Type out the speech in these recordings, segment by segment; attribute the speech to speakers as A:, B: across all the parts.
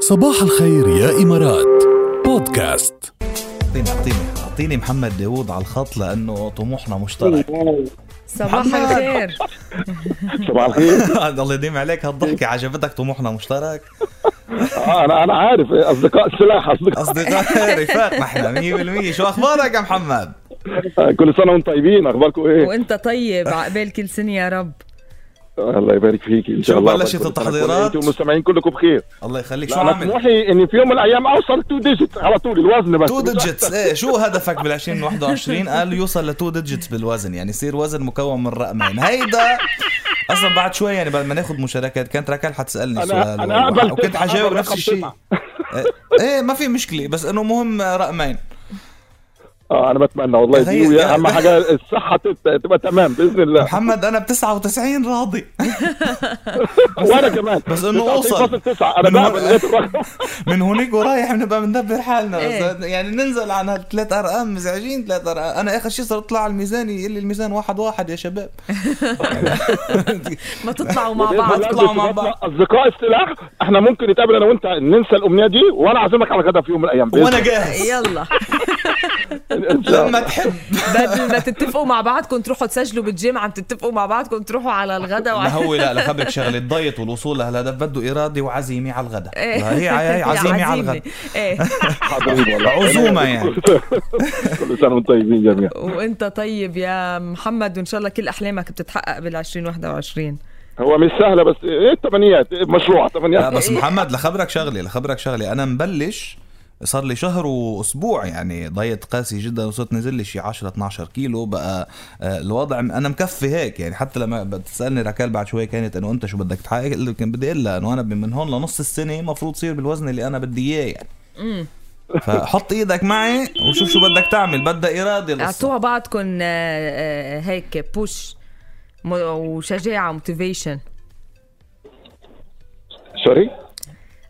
A: صباح الخير يا إمارات بودكاست
B: اعطيني اعطيني اعطيني محمد داوود على الخط لانه طموحنا مشترك
C: صباح
B: محمد.
C: الخير
D: صباح الخير
B: الله يديم عليك هالضحكه عجبتك طموحنا مشترك
D: آه انا انا عارف إيه، اصدقاء سلاح اصدقاء
B: اصدقاء رفاق نحن 100% شو اخبارك يا محمد
D: آه، كل سنه وانتم طيبين اخباركم ايه؟
C: وانت طيب عقبال كل سنه يا رب
D: آه، الله يبارك فيك ان شاء
B: شو
D: الله
B: بلشت
D: كل سنة
B: التحضيرات؟
D: وانتم والمستمعين كلكم بخير
B: الله يخليك شو
D: لا، انا
B: عامل
D: طموحي اني في يوم من الايام اوصل تو ديجيت على طول الوزن بس
B: تو ديجيتس ايه شو هدفك بال 2021 قال يوصل لتو ديجيتس بالوزن يعني يصير وزن مكون من رقمين هيدا اصلا بعد شوي يعني بعد ما ناخذ مشاركات كانت ركال حتسالني
D: أنا-
B: سؤال
D: أنا
B: ولا-
D: أقبل
B: وكنت
D: تسعة،
B: حجاوب
D: أقبل
B: نفس
D: رقم
B: الشيء
D: تسعة.
B: إيه- ايه ما في مشكله بس انه مهم رقمين
D: آه انا بتمنى والله دي
B: تخيل
D: ويا
B: يعني.
D: اهم حاجه الصحه تت- تبقى تمام باذن الله
B: محمد انا ب 99 راضي
D: وانا كمان
B: بس إنه أوصل.
D: 9 انا
B: من
D: بقى
B: هون-
D: لقيت الرقم
B: من هونيك ورايح بنبقى بندبر حالنا بس
C: إيه.
B: يعني ننزل عن هالثلاث ارقام مزعجين ثلاث ارقام انا اخر شيء صرت اطلع على الميزان يقول لي الميزان واحد واحد يا شباب
C: ما تطلعوا مع بعض
B: بعض. اطلعوا مع بعض.
D: اصدقاء السلاح احنا ممكن نتقابل انا وانت ننسى الامنيه دي وانا عازمك على غدا في يوم من الايام بإذن
B: وانا جاهز
C: يلا
D: إن شاء الله.
B: لما تحب
C: بدل ما تتفقوا مع بعضكم تروحوا تسجلوا بالجيم عم تتفقوا مع بعضكم تروحوا على الغداء
B: ما
C: وعلى
B: هو لا لخبرك شغله الدايت والوصول لهالهدف بده اراده وعزيمه على الغداء
C: إيه.
B: هي هي عزيمه على الغداء
C: ايه
D: حاضرين والله
B: عزومة يعني.
D: كل سنه وانتم طيبين جميعا
C: وانت طيب يا محمد وان شاء الله كل احلامك بتتحقق بال 2021
D: هو مش سهله بس ايه التمنيات إيه مشروع
B: لا
D: التمنيات
B: بس
C: إيه.
B: محمد لخبرك شغله لخبرك شغله انا مبلش صار لي شهر واسبوع يعني دايت قاسي جدا وصرت نزل لي شي 10 12 كيلو بقى آه، الوضع م- انا مكفي هيك يعني حتى لما بتسالني ركال بعد شوي كانت انه انت شو بدك تحقق قلت لها كان بدي اقول لها انه انا من هون لنص السنه المفروض صير بالوزن اللي انا بدي اياه يعني فحط ايدك معي وشوف شو بدك تعمل بدها اراده القصة.
C: اعطوها بعضكم آه، آه، هيك بوش م- وشجاعه وموتيفيشن
D: سوري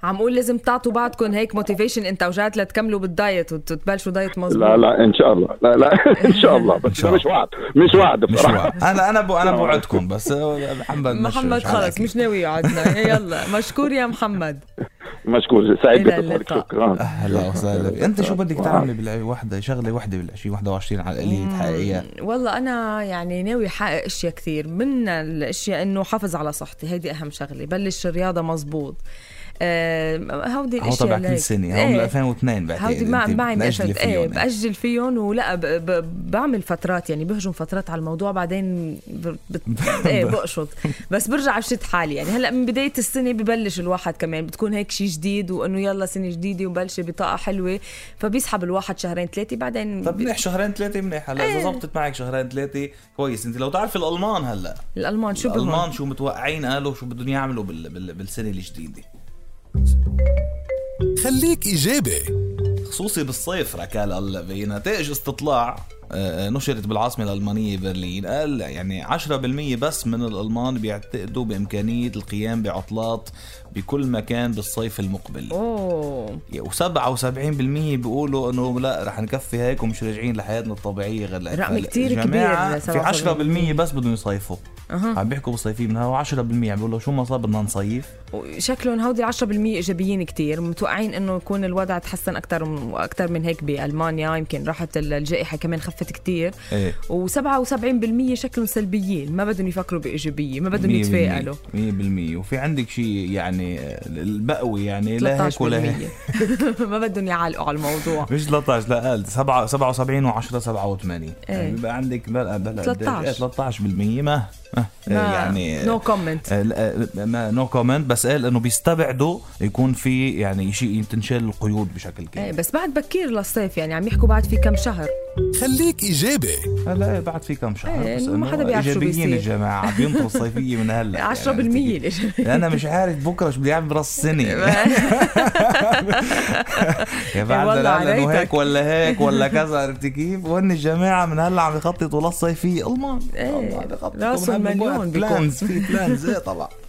C: عم اقول لازم تعطوا بعضكم هيك موتيفيشن انت وجعت لتكملوا بالدايت وتبلشوا دايت مظبوط
D: لا لا ان شاء الله لا لا ان شاء الله بس
B: شاء
D: ده مش وعد مش وعد
B: مش
D: بصراحه
B: وعد. انا انا بو انا بوعدكم بس آه، محمد مش-
C: محمد
B: مش على
C: خلص
B: أكل.
C: مش ناوي يقعدنا يلا مشكور يا محمد
D: مشكور سعيد
C: إلى
D: بتقابلك
C: اللقاء.
D: شكرا
B: هلا وسهلا فيك. انت شو بدك تعملي بالوحده شغله وحده بال 2021 على القليل تحققيها
C: أمم، والله انا يعني ناوي حقق اشياء كثير من الاشياء انه حافظ على صحتي هيدي اهم شغله بلش الرياضه مزبوط آه هودي
B: هو
C: الاشياء
B: تبع
C: اللي
B: كل
C: هيك.
B: سنه هو بال
C: إيه.
B: 2002 بعتقد
C: هودي ما
B: أنت
C: ما عندي
B: بتنجلي
C: أشد
B: فيهم
C: ايه
B: يعني.
C: باجل فيهم ولا ب ب بعمل فترات يعني بهجم فترات على الموضوع بعدين ب- بت ايه بقشط بس برجع بشد حالي يعني هلا من بدايه السنه ببلش الواحد كمان بتكون هيك شيء جديد وانه يلا سنه جديده ومبلشه بطاقه حلوه فبيسحب الواحد شهرين ثلاثه بعدين
B: طب
C: ب-
B: منيح شهرين ثلاثه منيح هلا اذا
C: إيه.
B: زبطت معك شهرين ثلاثه كويس انت لو تعرف الالمان هلا
C: الالمان شو بهم
B: الالمان شو متوقعين قالوا شو بدهم يعملوا بال... بال... بالسنه الجديده
A: خليك إيجابي
B: خصوصي بالصيف ركال الله بنتائج استطلاع آه، نشرت بالعاصمة الألمانية برلين قال يعني 10% بس من الألمان بيعتقدوا بإمكانية القيام بعطلات بكل مكان بالصيف المقبل
C: اوه
B: و77% بيقولوا انه لا رح نكفي هيك ومش راجعين لحياتنا الطبيعيه غير لهيك.
C: رقم كتير كبير
B: الجماعة
C: ل
B: في 10% بس بدهم يصيفوا عم بيحكوا بصيفين منها و10% بيقولوا شو ما صار بدنا نصيف
C: شكلهم هودي 10% ايجابيين كتير متوقعين انه يكون الوضع تحسن اكثر واكثر من هيك بالمانيا يمكن راحت ال- الجائحه كمان خفت كتير
B: ايه
C: و77% شكلهم سلبيين ما بدهم يفكروا بايجابيه ما بدهم يتفائلوا
B: 100% وفي عندك شيء يعني البقوي يعني لا هيك
C: 13%
B: ولا هيك
C: ما بدهم يعلقوا على الموضوع
B: مش 13 لا قال 7 77 و10 87
C: إيه.
B: يعني بيبقى عندك بلا بلا
C: 13.
B: إيه، 13% ما ما يعني
C: نو كومنت
B: آه، لا، آه، ما نو كومنت بس قال انه بيستبعدوا يكون في يعني شيء تنشال القيود بشكل كامل
C: إيه، بس بعد بكير للصيف يعني عم يحكوا بعد في كم شهر
A: خليك إيجابي
B: هلا إيه، بعد في كم شهر
C: إيه،
B: بس
C: إنه ما
B: إنه
C: حدا بيعرف شو
B: إيجابيين
C: بيصير.
B: الجماعه بينطروا الصيفيه من هلا
C: 10%
B: يعني
C: الإيجابيين. إيه،
B: انا مش عارف بكره شو بدي اعمل براس السنه يا بعد
C: والله
B: لا انه
C: عليتك.
B: هيك ولا هيك ولا كذا عرفت كيف؟ وهن الجماعه من هلا عم يخططوا للصيفيه المان
C: إيه،
B: الله عم يخططوا
C: راسهم
B: من هلا
C: مليون
B: بلانز في بلانز ايه طبعا